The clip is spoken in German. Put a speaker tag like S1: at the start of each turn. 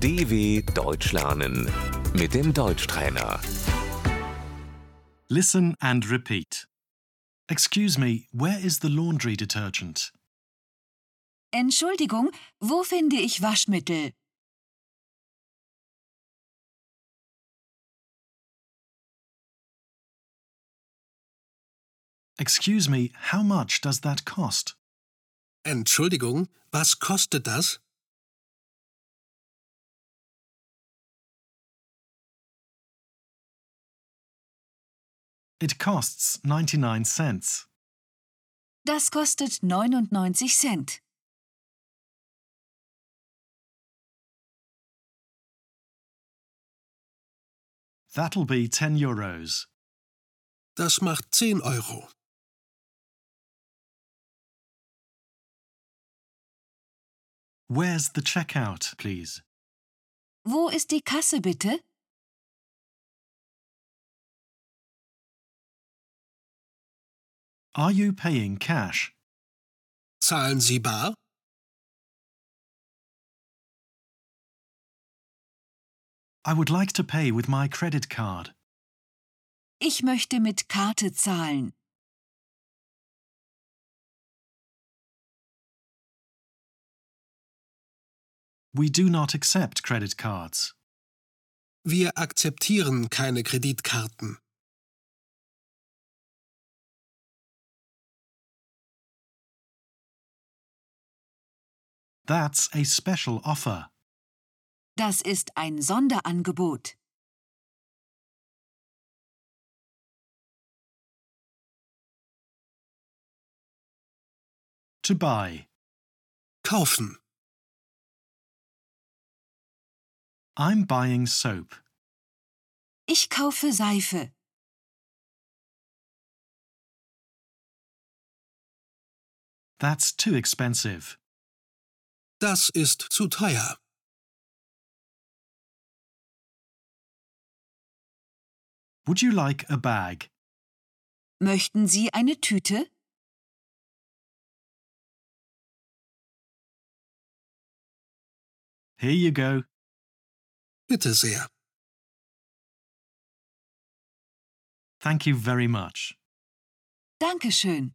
S1: DW Deutsch lernen mit dem Deutschtrainer.
S2: Listen and repeat. Excuse me, where is the laundry detergent?
S3: Entschuldigung, wo finde ich Waschmittel?
S2: Excuse me, how much does that cost?
S4: Entschuldigung, was kostet das?
S2: It costs 99 cents.
S3: Das kostet 99 Cent.
S2: That'll be 10 euros.
S4: Das macht 10 Euro.
S2: Where's the checkout, please?
S3: Wo ist die Kasse bitte?
S2: Are you paying cash?
S4: Zahlen Sie bar?
S2: I would like to pay with my credit card.
S3: Ich möchte mit Karte zahlen.
S2: We do not accept credit cards.
S4: Wir akzeptieren keine Kreditkarten.
S2: That's a special offer.
S3: Das ist ein Sonderangebot.
S2: To buy.
S4: Kaufen.
S2: I'm buying soap.
S3: Ich kaufe Seife.
S2: That's too expensive.
S4: Das ist zu teuer.
S2: Would you like a bag?
S3: Möchten Sie eine Tüte?
S2: Here you go.
S4: Bitte sehr.
S2: Thank you very much.
S3: Dankeschön.